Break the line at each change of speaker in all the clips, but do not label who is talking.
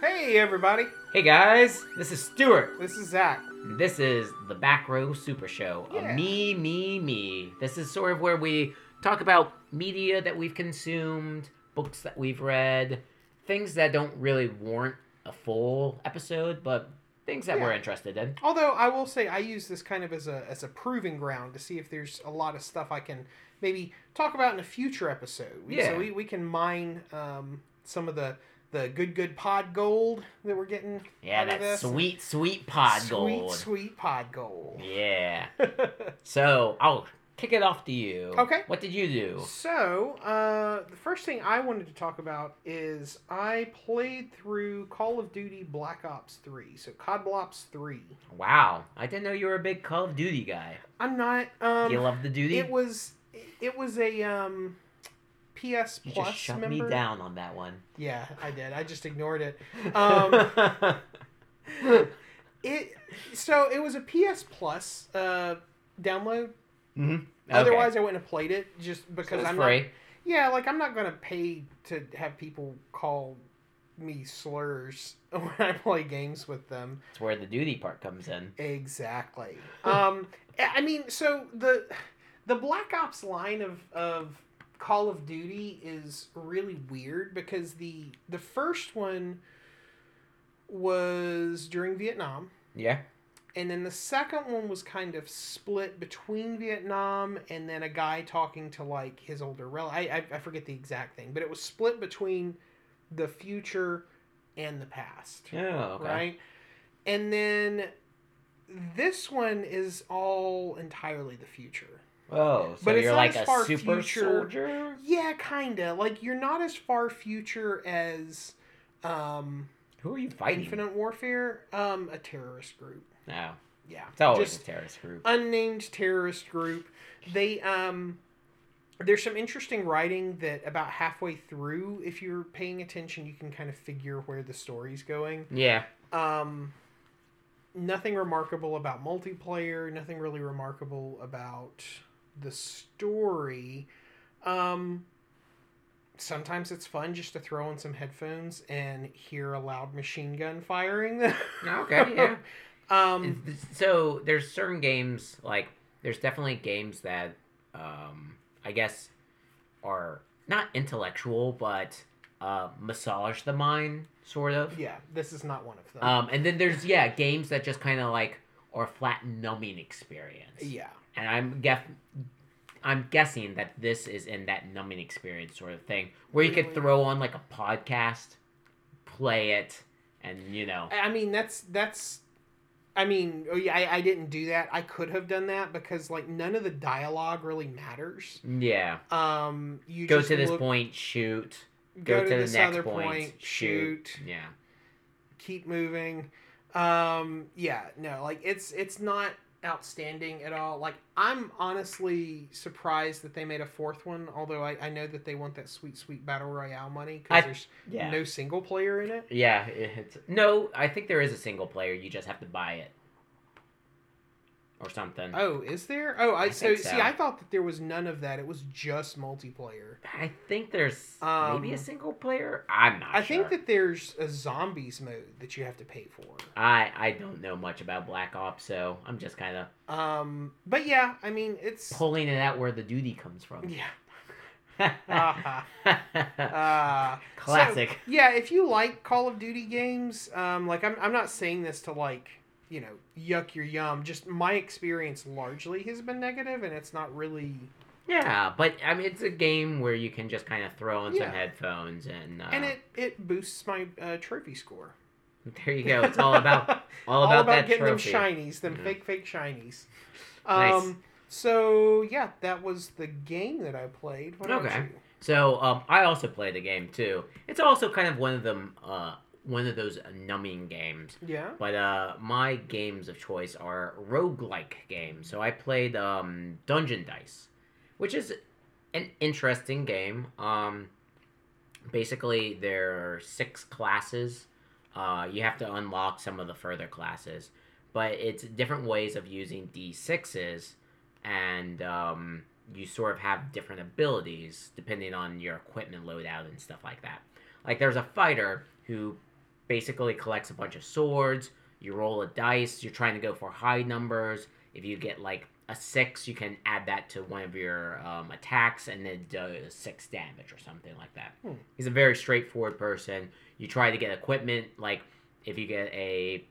Hey, everybody.
Hey guys, this is Stuart.
This is Zach.
This is the Back Row Super Show. a
Yeah.
Me, me, me. This is sort of where we talk about media that we've consumed, books that we've read, things that don't really warrant a full episode, but things that we're
Yeah.
interested in.
Although I will say I use this kind of as a as a proving ground to see if there's a lot of stuff I can maybe talk about in a future episode. We-
Yeah.
So we, we can mine um, some of the the good good pod gold that we're getting.
Yeah,
out of
that
this.
sweet, sweet pod
sweet,
gold.
sweet pod gold.
Yeah. so I'll kick it off to you.
Okay.
What did you do?
So, uh, the first thing I wanted to talk about is I played through Call of Duty Black Ops 3. So, COD Blops 3.
Wow, I didn't know you were a big Call of Duty guy.
I'm not
Do you
um
love the duty?
it was it was a um PS
you
Plus
just shut
member.
me down on that one.
Yeah, I did. I just ignored it. Um, it so it was a PS Plus uh download.
Mhm.
Otherwise, I wouldn't have played it just
Okay. So
because
it's
I'm not
free.
Yeah, like I'm not gonna pay to have people call me slurs when I play games with them.
It's where the duty part comes in.
Exactly. um, I I mean, so the the Black Ops line of of Call of Duty is really weird because the the first one was during Vietnam.
Yeah.
And then the second one was kind of split between Vietnam and then a guy talking to like his older relative. I, I, I forget the exact thing, but it was split between the future and the past.
Oh, okay.
Right? And then this one is all entirely the future.
Oh, so
But it's
you're
not
like
as
a
far
super
future-
soldier?
Yeah, kind of. Like you're not as far future as um,
Who are you fighting?
Infinite Warfare, um, a terrorist group.
No,
Yeah.
it's always
Just-
a terrorist group.
unnamed terrorist group. They um there's some interesting writing that about halfway through, if you're paying attention, you can kind of figure where the story's going.
yeah.
Um nothing remarkable about multiplayer, nothing really remarkable about the story. Um sometimes it's fun just to throw on some headphones and hear a loud machine gun firing.
Okay. Yeah.
um
so there's certain games like there's definitely games that um i guess are not intellectual but uh massage the mind sort of
yeah, this is not one of them.
um and then there's yeah games that just kind of like are flat numbing experience
yeah.
and i'm guess i'm guessing that this is in that numbing experience sort of thing where you could
Really?
throw on like a podcast play it and you know
I I mean, that's that's. I mean, oh, yeah, I, I didn't do that. I could have done that because like none of the dialogue really matters.
yeah
Um, you
go
just
to this
look-
point shoot
go,
go
to,
to the
this
next
other
point,
point,
shoot.
shoot,
Yeah.
keep moving. Um, yeah, no, like it's it's not outstanding at all. Like I'm honestly surprised that they made a fourth one, although I, I know that they want that sweet sweet battle royale money
I-
because there's
Yeah.
no single player in it.
yeah, it's no, I think there is a single player, you just have to buy it. Or something.
Oh, is there? Oh, I,
Mm. I
so,
think so.
see. I thought that there was none of that. It was just multiplayer.
I think there's
Um,
maybe a single player. I'm not
I
sure.
think that there's a zombies mode that you have to pay for.
I I don't know much about Black Ops, so I'm just kind of
Um, but yeah, I mean it's
pulling it out where the duty comes from.
yeah. Ah, ah.
Classic.
yeah, if you like Call of Duty games, um, like I'm, I'm not saying this to like you know yuck your yum. Just my experience largely has been negative, and it's not really.
yeah, but I mean, it's a game where you can just kind of throw on
Yeah.
some headphones and uh,
And it it boosts my uh, trophy score.
there you go. It's all about all about, that
getting
trophy.
them shinies, them
Yeah.
fake fake shinies. Um,
Nice.
So yeah, that was the game that I played. What about
Okay.
you?
So um, I also played the game too. It's also kind of one of them, uh, one of those numbing games.
Yeah.
But uh, my games of choice are roguelike games. So I played um, Dungeon Dice, which is an interesting game. Um, basically, there are six classes. Uh, you have to unlock some of the further classes, but it's different ways of using d6s, and um, you sort of have different abilities depending on your equipment loadout and stuff like that. Like, there's a fighter who basically collects a bunch of swords. You roll a dice. You're trying to go for high numbers. If you get like a six, you can add that to one of your um, attacks and then do six damage or something like that.
Hmm.
He's a very straightforward person. You try to get equipment, like if you get a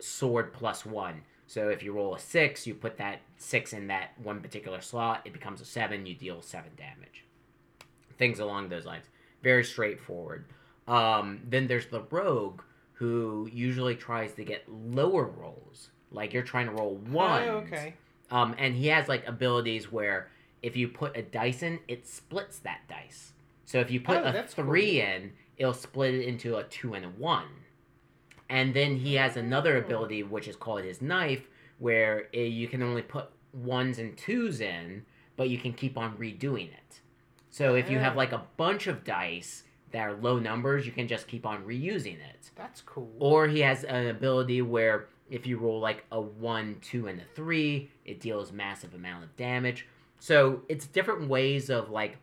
sword plus one. So if you roll a six, you put that six in that one particular slot, it becomes a seven, you deal seven damage. Things along those lines. Very straightforward. Um, then there's the rogue, who usually tries to get lower rolls. Like you're trying to roll one.
Oh, okay.
Um, and he has like abilities where if you put a dice in, it splits that dice. So if you put
Oh,
a
that's
three
cool.
in, it'll split it into a two and a one. And then he has another
Oh.
ability which is called his knife, where eh, you can only put ones and twos in, but you can keep on redoing it. So if you have
Oh.
like a bunch of dice that are low numbers, you can just keep on reusing it.
That's cool.
Or he has an ability where if you roll like a one, two, and a three, it deals massive amount of damage. So it's different ways of like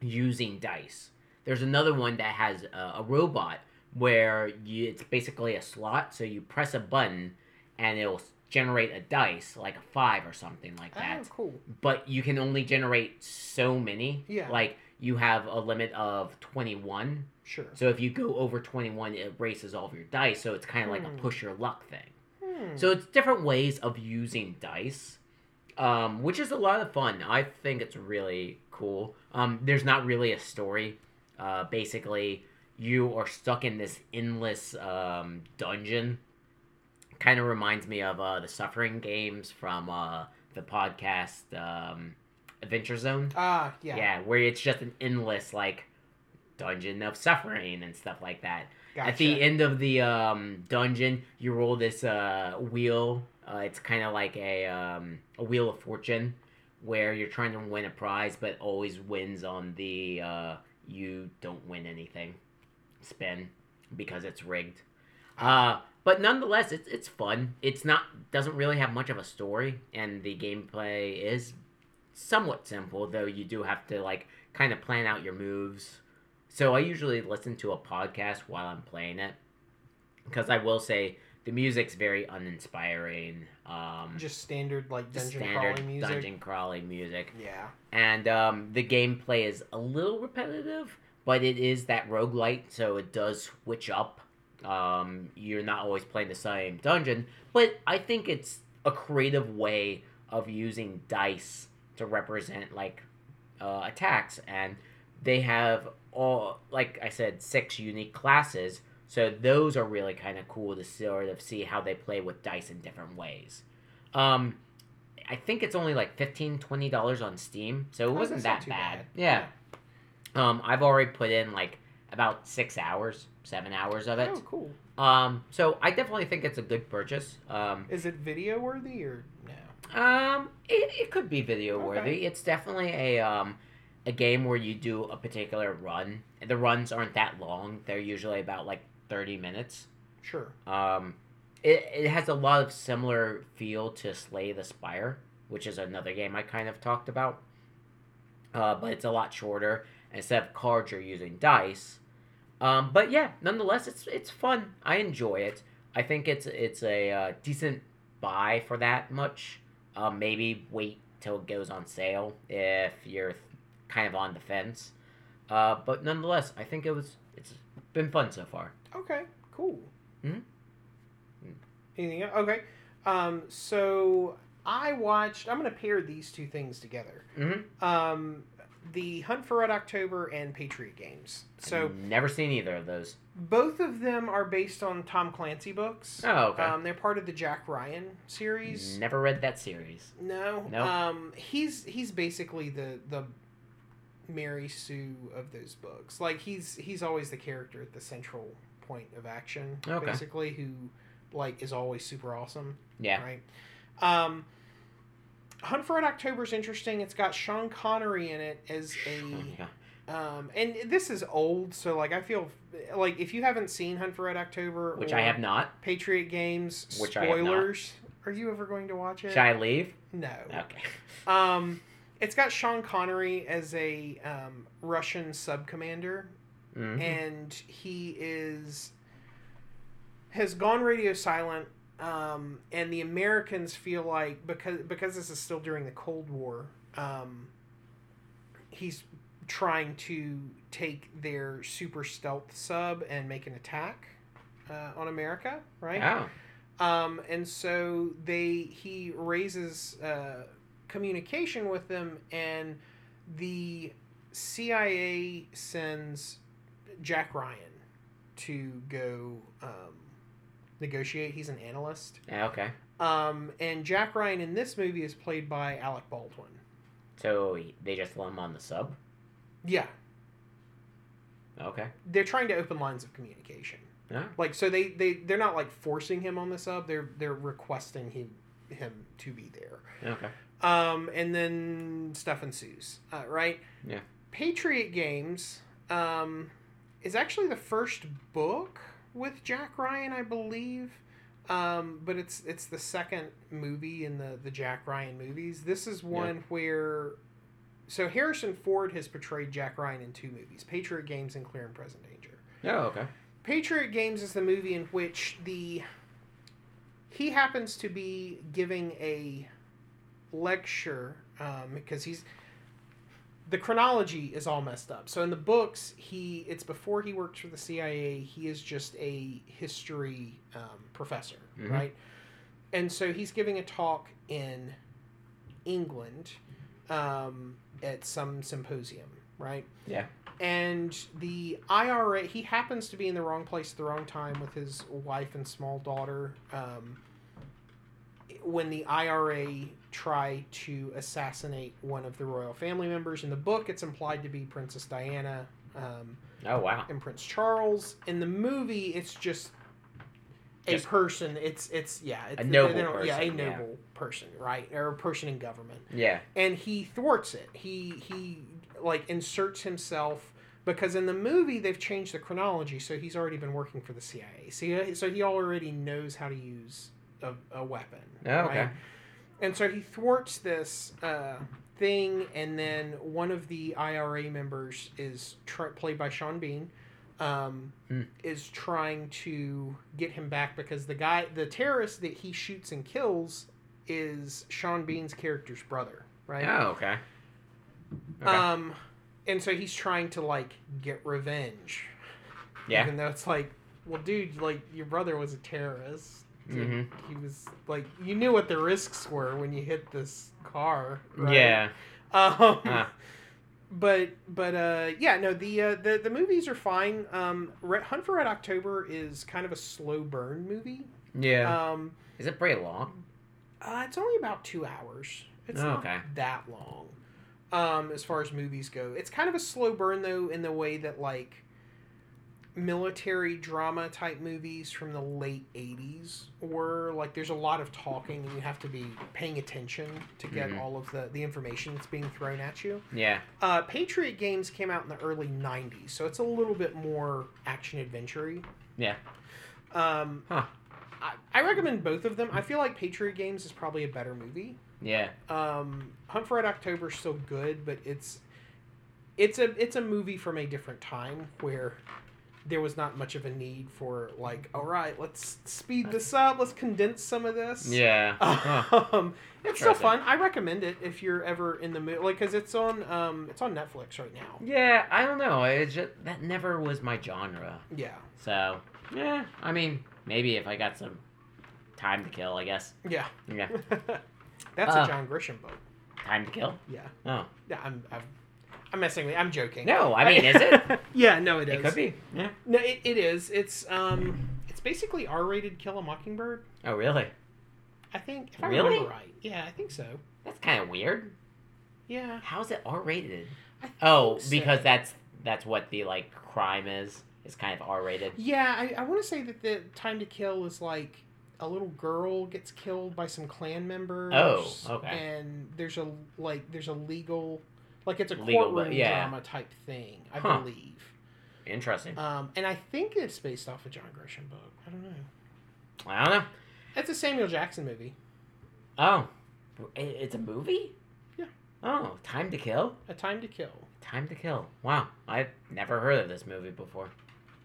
using dice. There's another one that has a, a robot where you, it's basically a slot, so you press a button and it'll s- generate a dice, like a five or something like that
oh, cool.
but you can only generate so many.
Yeah.
Like you have a limit of 21.
Sure.
So if you go over 21, it erases all of your dice. So it's kind of like
Hmm.
a push your luck thing.
Hmm.
So it's different ways of using dice, um, which is a lot of fun. I think it's really cool. Um, there's not really a story. Uh, basically, you are stuck in this endless um, dungeon. Kind of reminds me of uh, the Suffering Games from uh, the podcast um, Adventure Zone.
ah, yeah.
Yeah. where it's just an endless like dungeon of suffering and stuff like that.
Gotcha.
At the end of the um, dungeon, you roll this uh, wheel. Uh, it's kind of like a um, a wheel of fortune, where you're trying to win a prize, but always wins on the uh, you don't win anything spin because it's rigged. Uh, but nonetheless, it's it's fun. It's not doesn't really have much of a story, and the gameplay is somewhat simple, though you do have to like kind of plan out your moves. So I usually listen to a podcast while I'm playing it because I will say the music's very uninspiring. Um, just,
just standard like dungeon
standard
crawling music.
dungeon crawling music,
Yeah.
and um, the gameplay is a little repetitive, but it is that roguelite, so it does switch up. Um, you're not always playing the same dungeon, but I think it's a creative way of using dice to represent like uh, attacks, and they have all like I said six unique classes. So those are really kind of cool to sort of see how they play with dice in different ways. Um, I think it's only like $15, 20 dollars on Steam, so it
Oh,
wasn't
that's not
that
too
bad.
bad.
Yeah. Um, I've already put in like about six hours, seven hours of it.
Oh, cool.
Um, so I definitely think it's a good purchase. Um,
Is it video worthy or no?
um, it, it could be video
Okay.
worthy. It's definitely a um, a game where you do a particular run. The runs aren't that long. They're usually about like thirty minutes.
Sure.
Um, it, it has a lot of similar feel to Slay the Spire, which is another game I kind of talked about. Uh, but it's a lot shorter. Instead of cards, you're using dice. Um, but yeah, nonetheless, it's it's fun. I enjoy it. I think it's it's a uh, decent buy for that much. Uh, maybe wait till it goes on sale if you're kind of on the fence. Uh, but nonetheless, I think it was it's been fun so far.
Okay. Cool.
Mhm. Mm.
Anything else? Okay. Um, so I watched. I'm going to pair these two things together.
hmm
Um, the Hunt for Red October and Patriot Games. So
never seen either of those.
both of them are based on Tom Clancy books.
Oh, okay. Hmm.
Um, they're part of the Jack Ryan series.
never read that series.
No.
No?
Um he's he's basically the the Mary Sue of those books. Like he's he's always the character at the central point of action
Okay.
basically who like is always super awesome,
Yeah.
right? Um Hunt for Red October is interesting. It's got Sean Connery in it as a
Yeah.
um and this is old, so like I feel like if you haven't seen Hunt for Red October
Which
or
I have not.
Patriot Games
Which I have not.
spoilers, are you ever going to watch it?
Should I leave?
no.
Okay.
Um, it's got Sean Connery as a
Mm-hmm.
um, Russian sub commander,
Mhm.
and he is has gone radio silent, um, and the Americans feel like because because this is still during the Cold War, um, he's trying to take their super stealth sub and make an attack uh, on America, right?
Oh.
Um, and so they he raises uh, communication with them, and the CIA sends Jack Ryan to go um, negotiate. He's an analyst,
Yeah, okay.
um, and Jack Ryan in this movie is played by Alec Baldwin.
So he- they just let him on the sub?
Yeah,
Okay.
they're trying to open lines of communication.
Yeah.
Like so they they they're not like forcing him on the sub. They're they're requesting him him to be there.
Okay.
Um, and then stuff ensues, uh, right?
Yeah.
Patriot Games um, is actually the first book with Jack Ryan, I believe. Um, but it's it's the second movie in the the Jack Ryan movies. This is one where so Harrison Ford has portrayed Jack Ryan in two movies: Patriot Games and Clear and Present Danger.
Oh, okay.
Patriot Games is the movie in which the he happens to be giving a lecture um, because he's the chronology is all messed up. So in the books, he it's before he works for the CIA. He is just a history um, professor,
Mhm.
right? And so he's giving a talk in England um, at some symposium, right?
Yeah.
and the IRA he happens to be in the wrong place at the wrong time with his wife and small daughter um, when the IRA try to assassinate one of the royal family members in the book it's implied to be Princess Diana um,
Oh, wow.
and Prince Charles in the movie it's just a
Just-
person it's it's yeah it's, they
noble
don't- yeah a
person, yeah.
noble person right or a person in government
Yeah.
and he thwarts it. He he like inserts himself because in the movie they've changed the chronology, so he's already been working for the CIA. So he, so he already knows how to use a, a weapon.
Oh, okay.
And so he thwarts this uh, thing, and then one of the IRA members is tr- played by Sean Bean. Um,
Hmm.
Is trying to get him back because the guy, the terrorist that he shoots and kills, is Sean Bean's character's brother, right?
Oh, okay. Okay.
Um, and so he's trying to like get revenge.
yeah.
Even though it's like, well, dude, like your brother was a terrorist.
Mhm.
He was like, you knew what the risks were when you hit this car. Right?
Yeah.
Um,
Ah.
But but uh, yeah, no, the uh, the the movies are fine. Um, Red, Hunt for Red October is kind of a slow burn movie.
Yeah.
Um,
Is it pretty long?
uh, it's only about two hours. It's
Oh,
not
okay.
that long, um, as far as movies go. It's kind of a slow burn though, in the way that like military drama type movies from the late '80s were. Like, there's a lot of talking, and you have to be paying attention to get
Mhm.
all of the the information that's being thrown at you.
Yeah.
Uh, Patriot Games came out in the early '90s, so it's a little bit more action adventure
Yeah.
Um,
Huh.
I, I recommend both of them. I feel like Patriot Games is probably a better movie.
Yeah.
Um, Hunt for Red October is still good, but it's it's a it's a movie from a different time where there was not much of a need for like, all right, let's speed this up, let's condense some of this.
Yeah. Huh.
Um, it's still fun.
Interesting.
I recommend it if you're ever in the mood, like, cause it's on um, it's on Netflix right now.
Yeah, I don't know. It just that never was my genre.
Yeah,
So yeah, I mean, maybe if I got some time to kill, I guess.
yeah.
Yeah,
That's
Uh.
a John Grisham book.
time to kill.
Yeah,
Oh
yeah. I'm I'm, I'm messing with. I'm joking.
no, I mean, is it?
yeah, no, it is.
It could be. Yeah.
No, it, it is. It's um, it's basically R-rated Kill a Mockingbird.
Oh really?
I think if I
Really?
remember right. Yeah, I think so.
That's kind of weird.
Yeah.
How is it R rated?
I
Oh,
think so.
because that's that's what the like crime is. It's kind of R rated.
Yeah, I, I want to say that the Time to Kill is like a little girl gets killed by some clan members.
Oh, okay.
And there's a like there's a legal, like it's a
Legal,
courtroom
but- yeah.
drama type thing, I
Huh.
believe.
Interesting.
Um, and I think it's based off a John Grisham book. I don't know.
I don't know.
It's a Samuel Jackson movie.
Oh, I- it's a movie.
Yeah.
Oh, time to kill.
A Time to Kill.
Time to Kill. Wow, I've never heard of this movie before.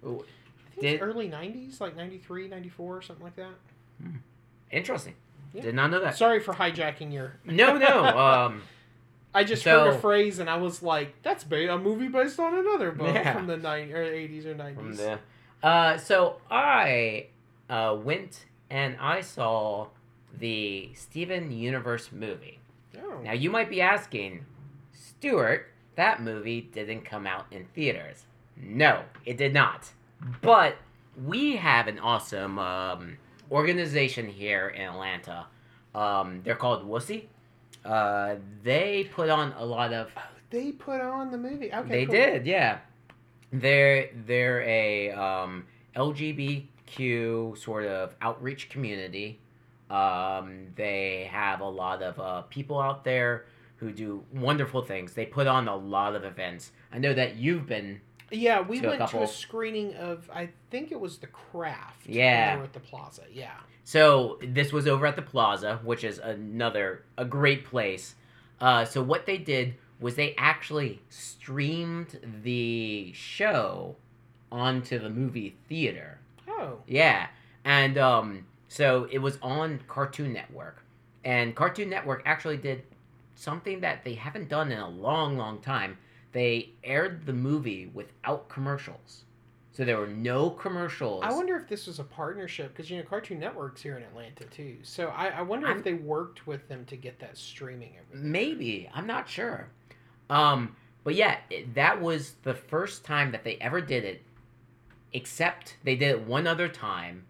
I I think it's
Did-
early 90s, like 93, 94, something like that.
Interesting.
Yeah.
Did not know that.
Sorry for hijacking your.
No, no. Um,
I just
So-
heard a phrase and I was like, that's ba- a movie based on another book
Yeah.
from the nine or 80s or 90s.
from the, uh, so I uh, went and I saw the Steven Universe movie.
Oh.
Now you might be asking, Stuart, that movie didn't come out in theaters. No, it did not. But we have an awesome um, organization here in Atlanta. Um, they're called Wussy. Uh, they put on a lot of.
They put on the movie. Okay,
they
cool.
did, yeah. They're they're a um, LGBTQ sort of outreach community. Um, they have a lot of uh, people out there who do wonderful things. They put on a lot of events. I know that you've been.
Yeah, we
To a
went to
couple.
a screening of I think it was The Craft. when
Yeah.
they were at the Plaza. Yeah,
So this was over at the Plaza, which is another a great place. Uh, so what they did was they actually streamed the show onto the movie theater.
Oh,
Yeah, and um, so it was on Cartoon Network, and Cartoon Network actually did something that they haven't done in a long, long time. They aired the movie without commercials, so there were no commercials.
I wonder if this was a partnership because you know Cartoon Network's here in Atlanta too. So I, I wonder
I'm-
if they worked with them to get that streaming. Every-
Maybe I'm not sure. Um, but yeah, it, that was the first time that they ever did it. Except they did it one other time.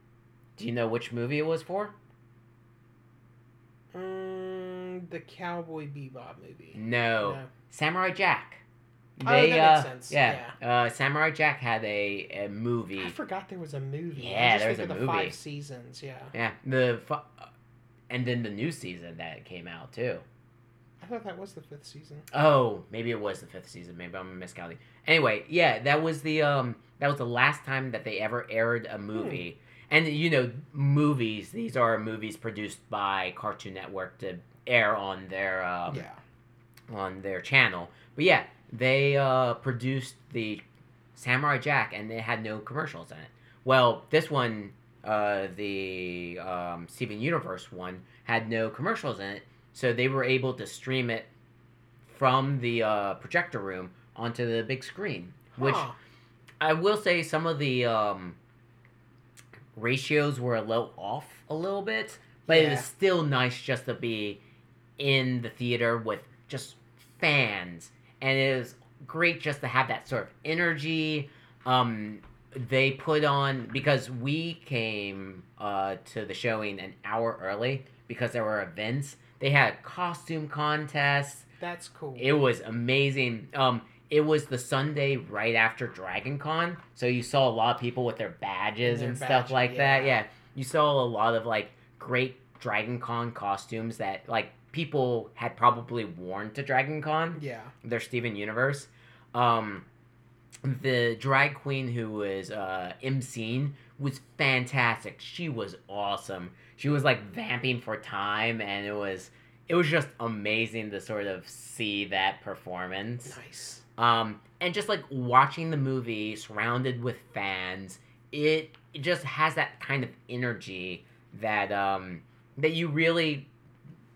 Do you know which movie it was for?
mm, the Cowboy Bebop movie.
No.
No.
Samurai Jack.
Oh, that makes
uh,
sense.
Yeah, Uh, Samurai Jack had a, a movie.
I forgot there was a movie.
Yeah,
I
there was
just
a
think of the
movie.
Five seasons. Yeah,
yeah, the fu- uh, and then the new season that came out too.
I thought that was the fifth season.
Oh, maybe it was the fifth season. Maybe I'm miscounting. Anyway, yeah, that was the um that was the last time that they ever aired
Hmm.
a movie. And you know, movies. These are movies produced by Cartoon Network to air on their um,
yeah,
on their channel. But yeah, they uh, produced the Samurai Jack, and it had no commercials in it. Well, this one, uh, the um, Steven Universe one, had no commercials in it, so they were able to stream it from the uh, projector room onto the big screen. Which
Huh.
I will say, some of the um, ratios were a little off a little bit, but it
Yeah.
was still nice just to be in the theater with just fans and it was great just to have that sort of energy um they put on because we came uh to the showing an hour early because there were events they had costume contests
that's cool.
it was amazing um it was the sunday right after dragon con so you saw a lot of people with their badges
Their
and stuff
badge,
like that
yeah.
yeah you saw a lot of like great dragon con costumes that like people had probably worn to dragon con
yeah,
their Steven Universe. Um, the drag queen who was uh, MCing was fantastic. She was awesome. She was like vamping for time, and it was it was just amazing to sort of see that performance.
nice.
Um, and just like watching the movie surrounded with fans, it, it just has that kind of energy that um that you really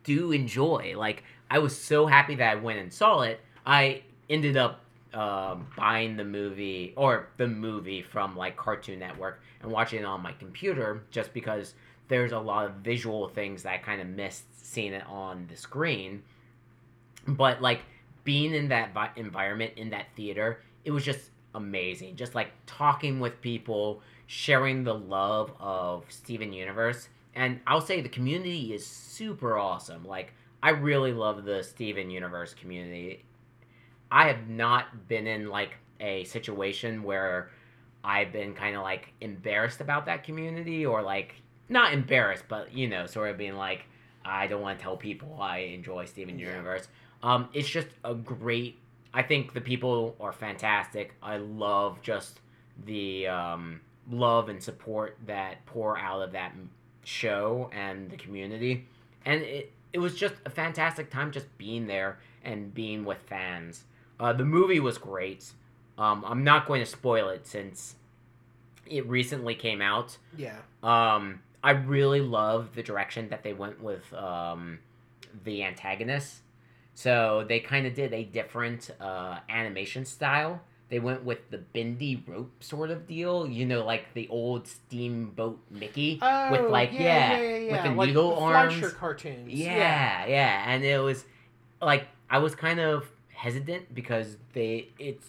do enjoy. Like I was so happy that I went and saw it. I ended up um buying the movie or the movie from like Cartoon Network and watching it on my computer just because there's a lot of visual things that I kind of missed seeing it on the screen. But like being in that vi- environment in that theater, it was just amazing. Just like talking with people, sharing the love of Steven Universe, and I'll say the community is super awesome. Like I really love the Steven Universe community. I have not been in like a situation where I've been kind of like embarrassed about that community or like not embarrassed, but you know, sort of being like I don't want to tell people I enjoy Steven
Yeah.
Universe. Um, it's just a great. I think the people are fantastic. I love just the um, love and support that pour out of that m- show and the community, and it it was just a fantastic time just being there and being with fans. Uh, the movie was great. Um, I'm not going to spoil it since it recently came out.
Yeah.
Um, I really love the direction that they went with um, the antagonists. So they kind of did a different uh, animation style. They went with the bendy rope sort of deal, you know, like the old steamboat Mickey
Oh,
with like yeah, with the
like
needle
the
arms.
Fleischer cartoons.
Yeah, yeah, and it was like I was kind of hesitant because they it's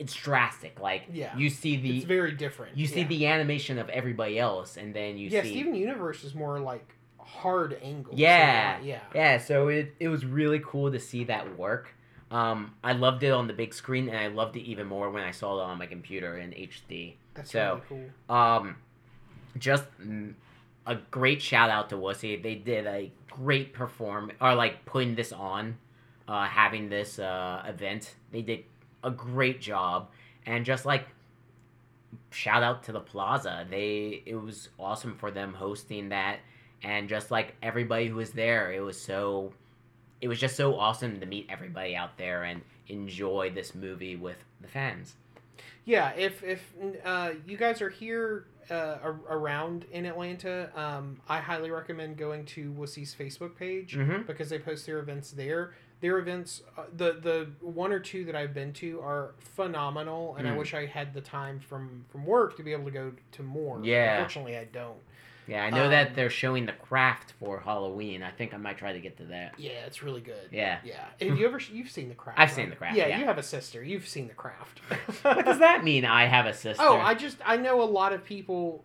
it's drastic. Like
Yeah.
you see the
it's very different.
you see
yeah.
the animation of everybody else, and then you
yeah.
see
Steven Universe is more like hard angles. and
Yeah.
not- Yeah.
yeah. So it it was really cool to see that work. Um, I loved it on the big screen, and I loved it even more when I saw it on my computer in HD.
That's
So-
really cool.
Um, just mm, a great shout out to Wussy. They did a great perform or like putting this on, uh, having this uh, event. They did a great job, and just like shout out to the Plaza. They it was awesome for them hosting that, and just like everybody who was there, it was so. It was just so awesome to meet everybody out there and enjoy this movie with the fans.
Yeah, if if uh, you guys are here uh, ar- around in Atlanta, um, I highly recommend going to Wussy's Facebook page
Mm-hmm.
because they post their events there. Their events, uh, the the one or two that I've been to are phenomenal, and I
Mm.
wish I had the time from from work to be able to go to more.
Yeah.
unfortunately, I don't.
Yeah, I know that
Um,
they're showing the craft for Halloween. I think I might try to get to that.
Yeah, it's really good.
Yeah.
Yeah, have you ever you've seen the craft?
I've seen The Craft, yeah.
you have a sister. You've seen the craft.
What does that mean? I have a sister.
Oh, I just I know a lot of people.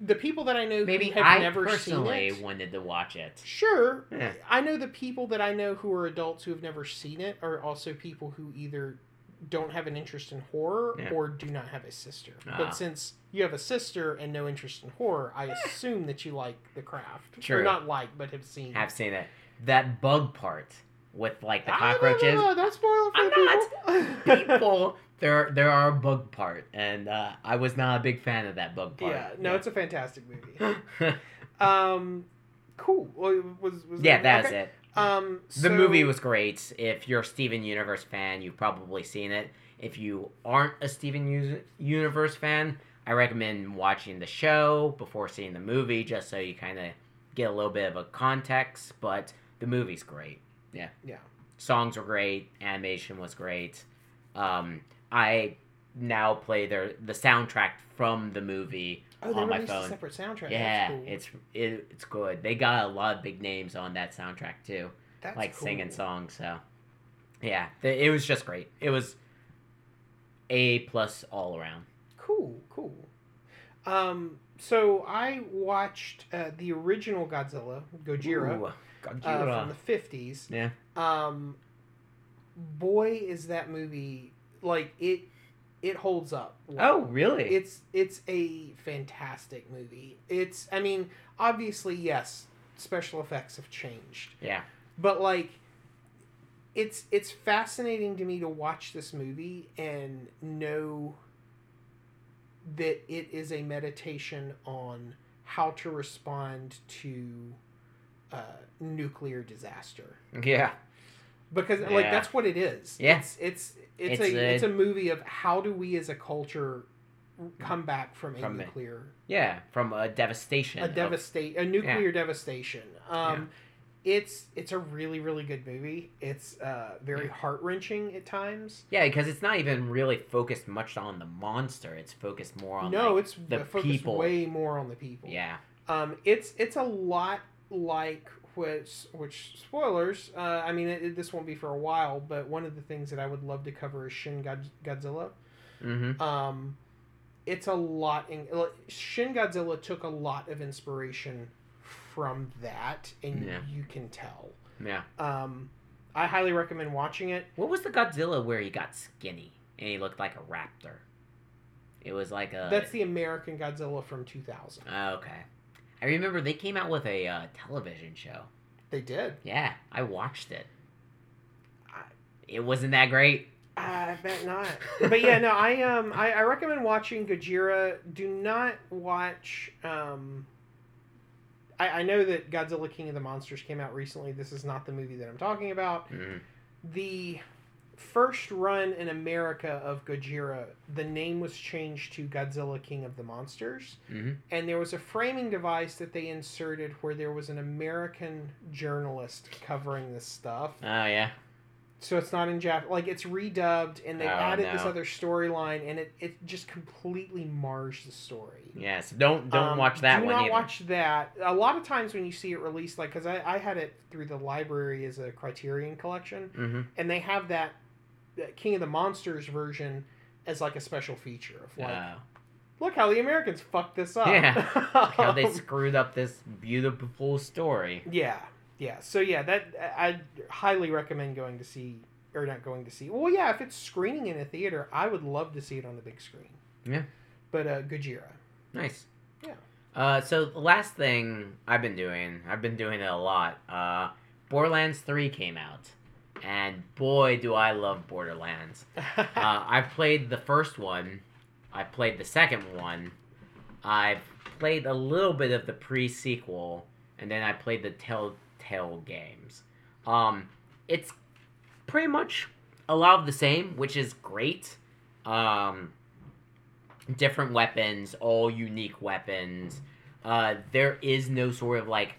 The people that I know
maybe
who have
I
never
personally
seen it.
wanted to watch it.
Sure,
Yeah.
I know the people that I know who are adults who have never seen it are also people who either don't have an interest in horror
Yeah.
or do not have a sister.
Ah.
But since you have a sister and no interest in horror, I assume that you like The Craft. Or
True.
not like, but have seen.
I've seen it. That bug part with like the
I don't know,
cockroaches.
Ah, no, no, that's more for
I'm
people.
People, there there are a bug part, and uh, I was not a big fan of that bug part.
yeah, no, it's a fantastic movie.
it's
Um, cool. Well, was was
yeah, that's it.
it. Um,
The
so-
movie was great. If you're a Steven Universe fan, you've probably seen it. If you aren't a Steven U- Universe fan, I recommend watching the show before seeing the movie just so you kind of get a little bit of a context, but the movie's great. Yeah.
Yeah.
Songs were great, animation was great. Um I now play their the soundtrack from the movie.
oh, they
on my
released
phone.
a separate soundtrack.
yeah,
that's cool.
it's it, it's good. They got a lot of big names on that soundtrack too
That's
like
cool.
singing songs. So, yeah, th- it was just great. It was a plus all around.
Cool, cool. Um, so I watched uh, the original Godzilla, Gojira,
Ooh,
uh,
Gojira.
from the fifties.
yeah,
Um, boy, is that movie like it? It holds up.
Oh, really?
It's it's a fantastic movie. It's I mean, obviously, yes, special effects have changed,
yeah,
but like it's it's fascinating to me to watch this movie and know that it is a meditation on how to respond to uh, nuclear disaster
yeah.
because like
Yeah.
that's what it is
Yeah.
it's it's it's,
It's
a,
a-
it's a movie of how do we as a culture come back from a
From it.
nuclear
Yeah, from a devastation.
a
of-
devastate a nuclear devastation. Um, It's it's a really really good movie. It's uh, very
Yeah.
heart wrenching at times.
yeah, because it's not even really focused much on the monster. It's focused more on
no,
like,
it's
the
focused
people.
way more on the people.
yeah,
Um, it's it's a lot like which which spoilers. Uh, I mean, it, it- this won't be for a while, but one of the things that I would love to cover is Shin God- Godzilla.
mm-hmm.
Um, it's a lot. In, like, Shin Godzilla took a lot of inspiration from that, and
Yeah.
you can tell.
yeah.
Um, I highly recommend watching it.
What was the Godzilla where he got skinny and he looked like a raptor? It was like a
That's the American Godzilla from 2000.
Oh, okay. I remember they came out with a uh, television show.
They did.
Yeah, I watched it.
I-
It wasn't that great.
Ah, I bet not. But yeah, no, I um, I, I recommend watching Gojira. Do not watch. Um, I, I know that
Mm-hmm,
Godzilla King of the Monsters came out recently. This is not the movie that I'm talking about.
Mm.
The first run in America of Gojira, the name was changed to Godzilla King of the Monsters.
hmm
And there was a framing device that they inserted where there was an American journalist covering this stuff.
Oh yeah.
So it's not in Jap like it's redubbed and they
Oh,
added this
no.
other storyline and it, it just completely mars the story.
Yes. Don't don't
Um,
watch that
do
one
not
either.
watch that. A lot of times when you see it released, like because I, I had it through the library as a Criterion collection,
hmm
and they have that, that King of the Monsters version as like a special feature of like,
Uh,
look how the Americans fucked this up.
Yeah. how they
Um,
screwed up this beautiful story.
yeah, yeah. So yeah, that I I'd highly recommend going to see or not going to see. Well, yeah, if it's screening in a theater, I would love to see it on the big screen.
Yeah.
But uh, Gojira.
Nice.
Yeah.
Uh, so the last thing I've been doing, I've been doing it a lot. Uh, Borderlands Three came out, and boy, do I love Borderlands. uh, I've played the first one. I played the second one. I've played a little bit of the pre-sequel, and then I played the Telltale games. Um, it's pretty much a lot of the same, which is great. Um, different weapons, all unique weapons. Uh, there is no sort of like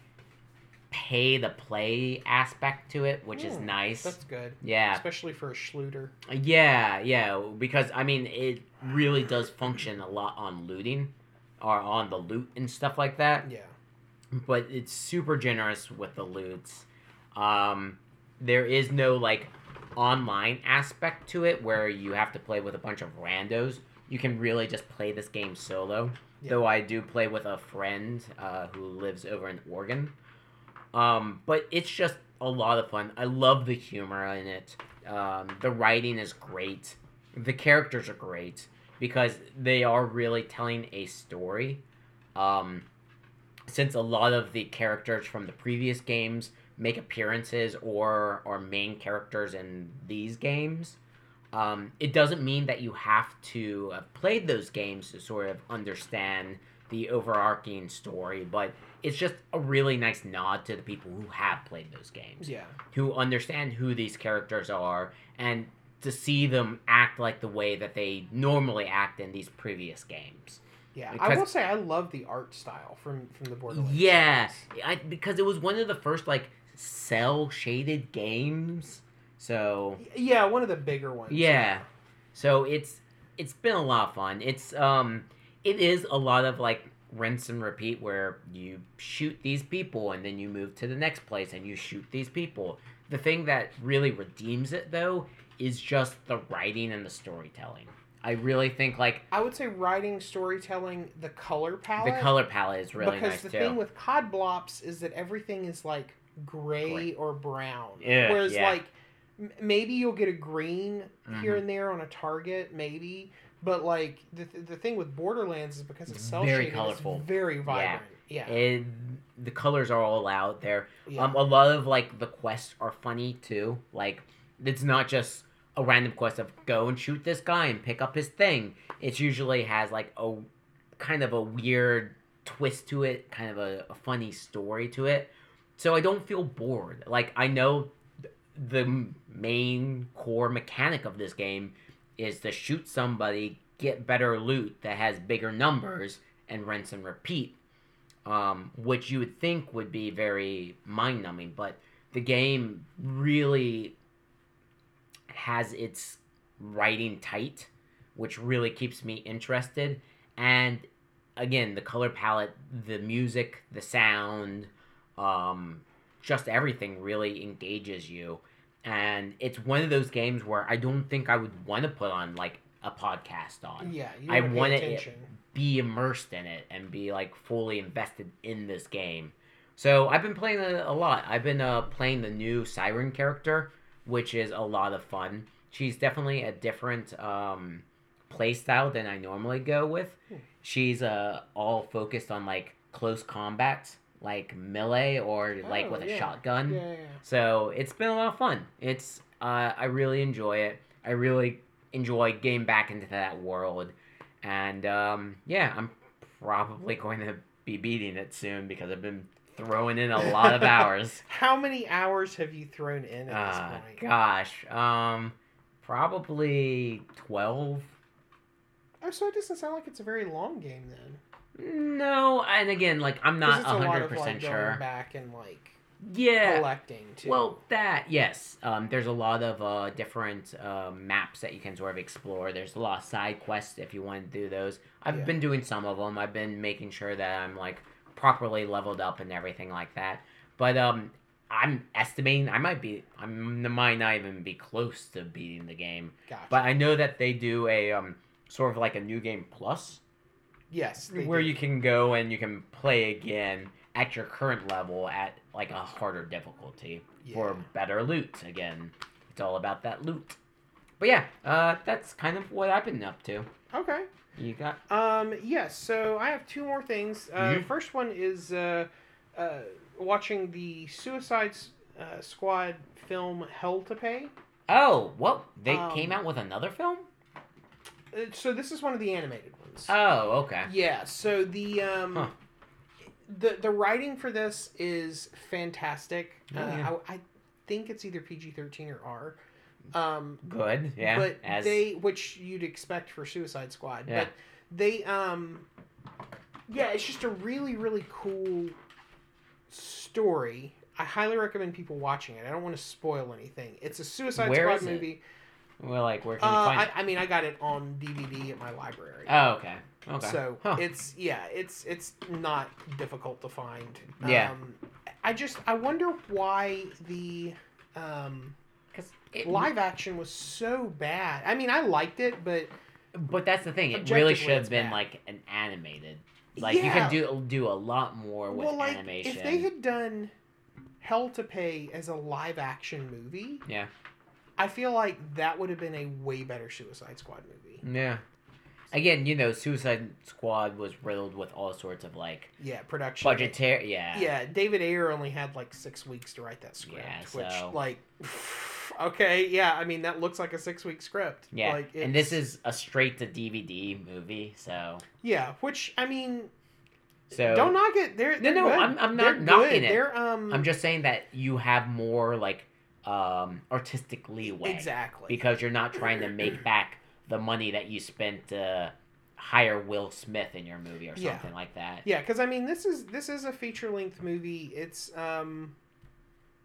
pay to play aspect to it, which is
Hmm,
nice.
That's good,
yeah,
especially for a Schluter.
yeah, yeah, because I mean, it really does function a lot on looting or on the loot and stuff like that,
Yeah.
but it's super generous with the loots. Um, there is no like online aspect to it where you have to play with a bunch of randos. You can really just play this game solo.
Yeah.
Though I do play with a friend uh, who lives over in Oregon. Um, but it's just a lot of fun. I love the humor in it. Um, the writing is great. The characters are great because they are really telling a story. Um, since a lot of the characters from the previous games make appearances or are main characters in these games, um, it doesn't mean that you have to have played those games to sort of understand the overarching story, but it's just a really nice nod to the people who have played those games,
Yeah.
who understand who these characters are, and to see them act like the way that they normally act in these previous games.
Yeah, I
Because-
will say I love the art style from from the Borderlands.
Yeah, I, because it was one of the first like cell shaded games. So
series. yeah, one of the bigger ones.
yeah, so it's it's been a lot of fun. It's um it is a lot of like rinse and repeat where you shoot these people and then you move to the next place and you shoot these people. The thing that really redeems it though is just the writing and the storytelling. I really think like
I would say writing, storytelling, the color palette.
the color palette is really
because
nice
the
too.
thing with cod blops is that everything is like gray
Gray.
or brown.
Yeah,
Whereas
yeah.
like m- maybe you'll get a green here
Mhm.
and there on a target, maybe. But like the, th- the thing with Borderlands is because it's cell
Very
shaded,
colorful.
it's very vibrant. Yeah, yeah.
and the colors are all out there. Um, a lot of like the quests are funny too. Like it's not just a random quest of go and shoot this guy and pick up his thing. It usually has like a kind of a weird twist to it, kind of a, a funny story to it. So I don't feel bored. Like I know th- the m- main core mechanic of this game is to shoot somebody, get better loot that has bigger numbers, and rinse and repeat. Um, which you would think would be very mind numbing, but the game really has its writing tight, which really keeps me interested. And again, the color palette, the music, the sound, um, just everything really engages you. And it's one of those games where I don't think I would want to put on like a podcast on
yeah, you
I
wanna pay
want it-
attention.
be immersed in it and be like fully invested in this game. So I've been playing it a lot. I've been uh, playing the new Siren character, which is a lot of fun. She's definitely a different um, play style than I normally go with.
Hmm.
She's uh, all focused on like close combat, like melee or like
Oh,
with a
yeah.
shotgun.
Yeah, yeah, yeah.
So it's been a lot of fun. It's uh, I really enjoy it. I really enjoy getting back into that world, and um, yeah, I'm probably going to be beating it soon because I've been throwing in a lot of hours.
How many hours have you thrown in at
Uh,
this point?
gosh, um, probably 12.
Oh, so it doesn't sound like it's a very long game then.
No, and again, like I'm
'Cause
not
it's a lot of
100%
like
sure.
going back and like
Yeah.
collecting too.
Well, that yes. Um, there's a lot of uh, different uh, maps that you can sort of explore. There's a lot of side quests if you want to do those. I've
Yeah.
been doing some of them. I've been making sure that I'm like properly leveled up and everything like that. But um, I'm estimating I might be I might not even be close to beating the game.
gotcha.
But I know that they do a um, sort of like a new game plus
yes, they
where
do.
you can go and you can play again at your current level at like a harder difficulty for
Yeah.
better loot again. It's all about that loot. But yeah, uh, that's kind of what I've been up to.
okay.
You got
Um, yes, so I have two more things. Uh,
Mhm.
The first one is uh, uh, watching the Suicide S- uh, Squad film Hell to Pay.
oh what they
Um,
came out with another film?
Uh, so this is one of the animated ones.
Oh okay.
yeah, so the um,
Huh.
the the writing for this is fantastic.
Oh,
uh,
yeah.
I, I think it's either PG thirteen or R. Um,
Good yeah.
but
as
they which you'd expect for Suicide Squad.
Yeah.
But they um yeah, it's just a really really cool story. I highly recommend people watching it. I don't want to spoil anything. It's a Suicide
Where
Squad
is it?
movie.
we're like where
Uh,
can you find
I,
it?
I mean, I got it on DVD at my library.
Oh okay okay.
So
Huh.
it's yeah, it's it's not difficult to find.
Yeah.
Um, I just I wonder why the um,
'Cause it-
live action was so bad. I mean, I liked it, but
But that's the thing. It
Objectively,
really should have
it's
been
bad.
like an animated. Like you
Yeah.
can do do a lot more with
well, like
animation.
if they had done Hell to Pay as a live action movie,
Yeah.
I feel like that would have been a way better Suicide Squad movie.
Yeah. Again, you know, Suicide Squad was riddled with all sorts of like
Yeah, production.
budgetary. Yeah.
Yeah, David Ayer only had like six weeks to write that script,
Yeah, so-
which like, okay, yeah, I mean that looks like a six week script.
Yeah.
like,
and this is a straight to DVD movie, so
yeah, which I mean,
so
don't knock it. They're, they're
no,
good.
I'm- I'm not
They're
knocking
good.
it.
They're um,
I'm just saying that you have more like um artistic leeway
exactly
because you're not trying to make back the money that you spent to hire Will Smith in your movie or
Yeah.
something like that.
Yeah, because I mean, this is this is a feature length movie. It's um,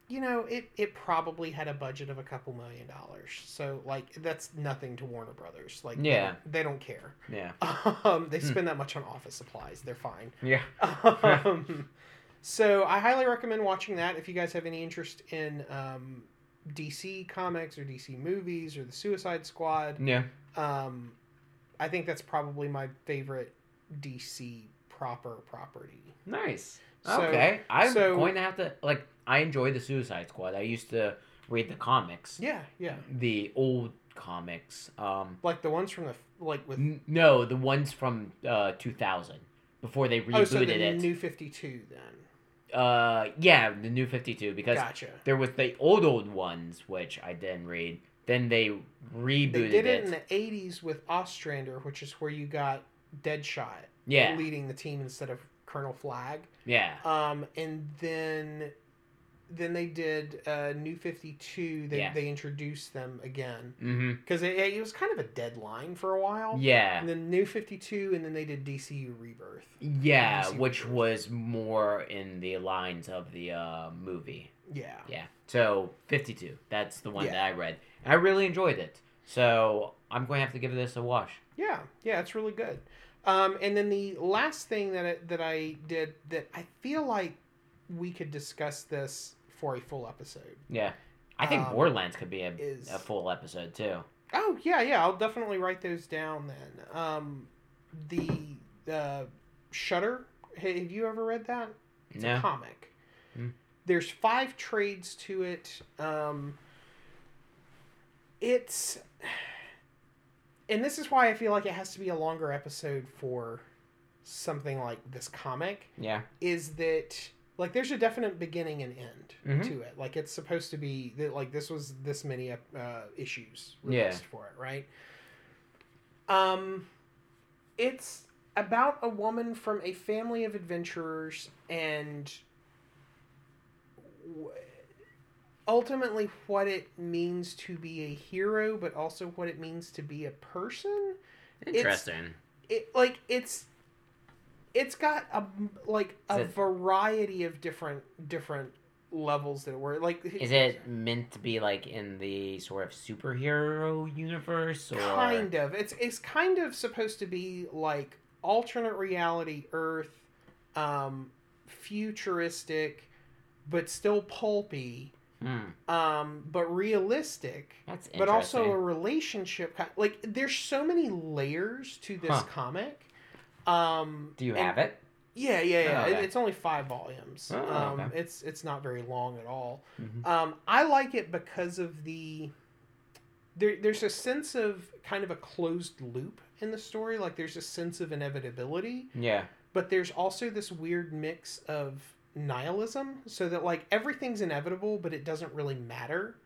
you know, it it probably had a budget of a couple million dollars. So like, that's nothing to Warner Brothers. Like, they
Yeah.
don't- they don't care.
Yeah.
Um, they spend that much on office supplies. They're fine.
Yeah.
Um, so I highly recommend watching that if you guys have any interest in um, DC comics or DC movies or the Suicide Squad.
Yeah.
Um, I think that's probably my favorite DC proper property.
Nice.
So-
okay. I'm
so-
going to have to like I enjoy the Suicide Squad. I used to read the comics.
Yeah, yeah.
The old comics. Um
Like the ones from the like with
n- no, the ones from uh 2000 before they rebooted
oh, so the
it.
new Fifty Two then.
uh yeah, the new 52 because
Gotcha.
there was the old old ones which I didn't read. Then they rebooted
They did it
it.
in the '80s with Ostrander, which is where you got Deadshot
yeah.
leading the team instead of Colonel Flag.
yeah.
Um, and then then they did uh, New Fifty Two. They
Yeah.
they introduced them again
Mhm.
because it, it was kind of a deadline for a while.
Yeah.
And then New 52, and then they did DCU Rebirth.
Yeah,
DC
which
Rebirth.
was more in the lines of the uh movie.
Yeah.
Yeah. So 52. That's the one
Yeah.
that I read. I really enjoyed it. So I'm going to have to give this a watch.
Yeah. Yeah, it's really good. Um, and then the last thing that I, that I did that I feel like we could discuss this for a full episode
Yeah. I think
Um,
Borderlands could be a,
is
a full episode too.
Oh, yeah, yeah, I'll definitely write those down then. Um, the uh, Shutter, have you ever read that? It's a
No.
comic.
Hmm.
There's five trades to it. Um, it's, and this is why I feel like it has to be a longer episode for something like this comic.
Yeah.
Is that like there's a definite beginning and end
Mhm.
to it? Like it's supposed to be that like this was this many uh, issues
Yeah.
released for it, right? Um, it's about a woman from a family of adventurers and w- ultimately what it means to be a hero, but also what it means to be a person.
Interesting.
It like it's it's got a like a
Is it-
variety of different different levels that were like
Is it meant to be like in the sort of superhero universe or
kind of it's it's kind of supposed to be like alternate reality earth um futuristic but still pulpy
Hmm,
um but realistic
that's interesting.
but also a relationship kind like there's so many layers to this
Huh.
comic um
do you
and-
have it?
yeah yeah yeah
Oh,
It-
okay.
it's only five volumes
Oh,
um
okay.
it's it's not very long at all
Mhm.
um, I like it because of the there, there's a sense of kind of a closed loop in the story. Like there's a sense of inevitability,
Yeah.
but there's also this weird mix of nihilism, so that like everything's inevitable, but it doesn't really matter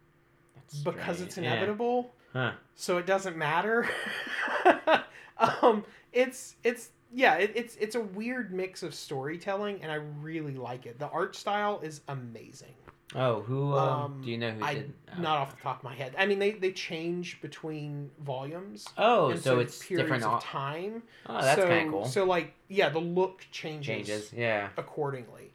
That's
because
strange.
it's
Yeah.
inevitable.
Huh.
So it doesn't matter. um, it's it's yeah, it, it's it's a weird mix of storytelling, and I really like it. The art style is amazing.
Oh, who? Um,
Um,
do you know who
I-
did? Oh.
Not off the top of my head. I mean, they, they change between volumes.
Oh,
and
so
sort of
it's different.
of
au-
time.
Oh, that's
so,
kind of cool.
So like, yeah, the look changes,
Changes. Yeah,
accordingly.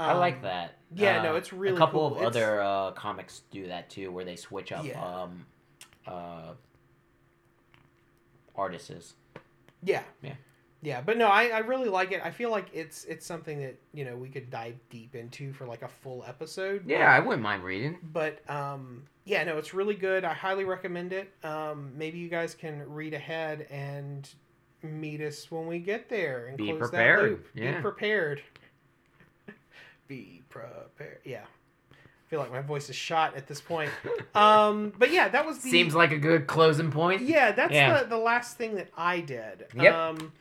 I like
Um,
that.
Yeah,
Uh,
no, it's really
a couple
cool.
of
It's-
other uh, comics do that too, where they switch up
Yeah.
um, uh, artists.
Yeah.
Yeah.
Yeah, but no, I, I really like it. I feel like it's it's something that you know we could dive deep into for like a full episode. Um,
Yeah, I wouldn't mind reading.
but um yeah no it's really good i highly recommend it um maybe you guys can read ahead and meet us when we get there and
Be
close that
prepared,
loop
yeah.
be prepared be prepared yeah i feel like my voice is shot at this point um but yeah that was the
Seems like a good closing point.
yeah that's
Yeah.
The, the last thing that i did
Yep.
um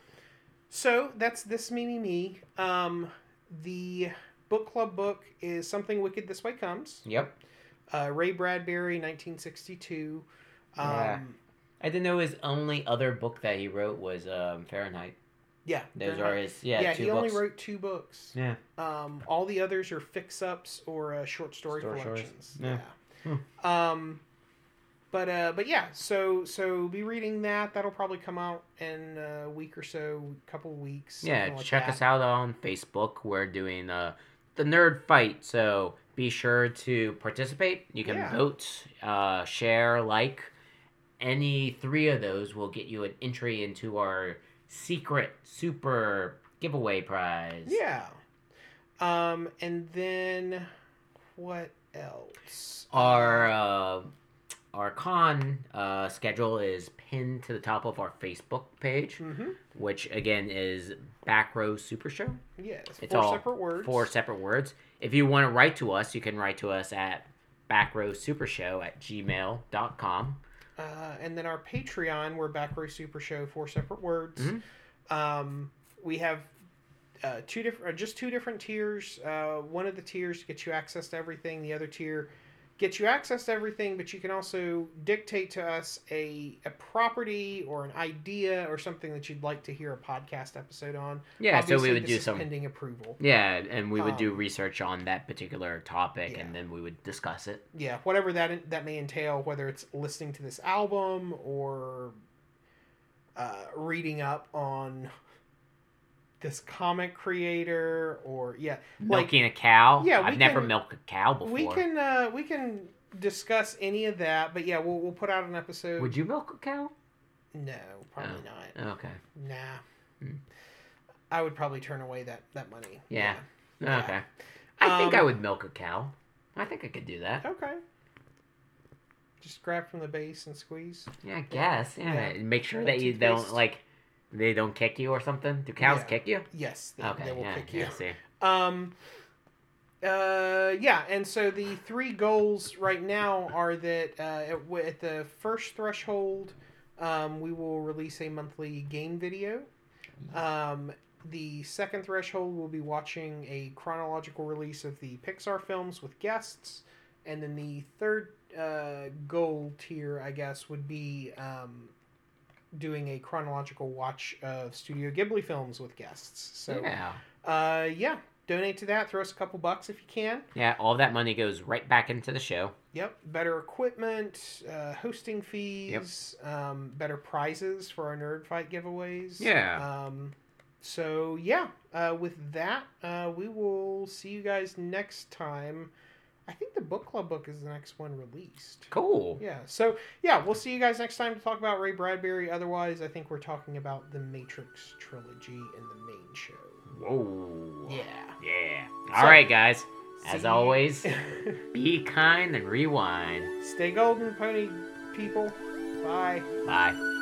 so that's this me me me um the book club book is something wicked this way comes
Yep.
uh, Ray Bradbury, 1962. Um, yeah,
Yeah. I didn't know his only other book that he wrote was um, Fahrenheit. Those
Bernhard-
are his yeah, two
he
books.
only wrote two books.
yeah.
Um, all the others are fix ups or uh, short story
Story stories.
collections.
Yeah.
Yeah. Um, but uh, but yeah, so so be reading that. That'll probably come out in a week or so, couple weeks.
Yeah,
something like
check
that.
us out on Facebook. We're doing uh, the Nerd Fight, so be sure to participate. You can
Yeah.
vote, uh, share, like. Any three of those will get you an entry into our secret super giveaway prize.
Yeah. Um, and then what else?
Our uh, our con uh, schedule is pinned to the top of our Facebook page,
hmm
which again is Back Row Super Show.
Yes.
It's
four
all
separate words.
four separate words. If you want to write to us, you can write to us at backrowsupershow at gmail.com.
Uh, and then our Patreon, we're Back Row Super Show, four separate words.
Mhm.
Um, we have uh, two different, just two different tiers. Uh, one of the tiers gets you access to everything. The other tier gets you access to everything, but you can also dictate to us a a property or an idea or something that you'd like to hear a podcast episode on.
Yeah, so
Obviously,
we would
this
do
is
some.
pending approval.
Yeah, and we would do
Um,
research on that particular topic
yeah.
and then we would discuss it.
yeah, whatever that that may entail, whether it's listening to this album or uh, reading up on this comic creator, or yeah, Like-
Milking a cow?
Yeah, we
I've never
can-
milked a cow before.
we can uh, we can discuss any of that. But yeah, we'll we'll put out an episode.
Would you milk a cow?
No, probably not.
Okay.
Nah,
Hmm.
I would probably turn away that that money.
Yeah.
Yeah.
Okay. I think I
Um,
would milk a cow. I think I could do that.
Yeah. Okay. Just grab from the base and squeeze.
Yeah, I guess. Yeah.
Yeah.
and Make sure
Little
that you don't
toothpaste.
like they don't kick you or something. Do cows
Yeah.
kick you?
Yes, they,
Okay.
they will
yeah,
kick
yeah,
you.
see.
Um, uh, yeah, and so the three goals right now are that uh, at, w- at the first threshold, um, we will release a monthly game video. Um, the second threshold, we'll be watching a chronological release of the Pixar films with guests. And then the third uh, goal tier, I guess, would be um, doing a chronological watch of Studio Ghibli films with guests. So
yeah.
uh, yeah. Donate to that. Throw us a couple bucks if you can.
Yeah, all that money goes right back into the show.
Yep. Better equipment, uh, hosting fees, um, better prizes for our nerd fight giveaways.
Yeah.
Um, so yeah, uh, with that, uh, we will see you guys next time. I think the book club book is the next one released.
Cool.
Yeah. So yeah, we'll see you guys next time to talk about Ray Bradbury. Otherwise, I think we're talking about the Matrix trilogy in the main show.
Whoa.
Yeah.
Yeah. All right,
So-
guys. As
See-
always, be kind and rewind.
Stay golden, pony people. Bye.
Bye.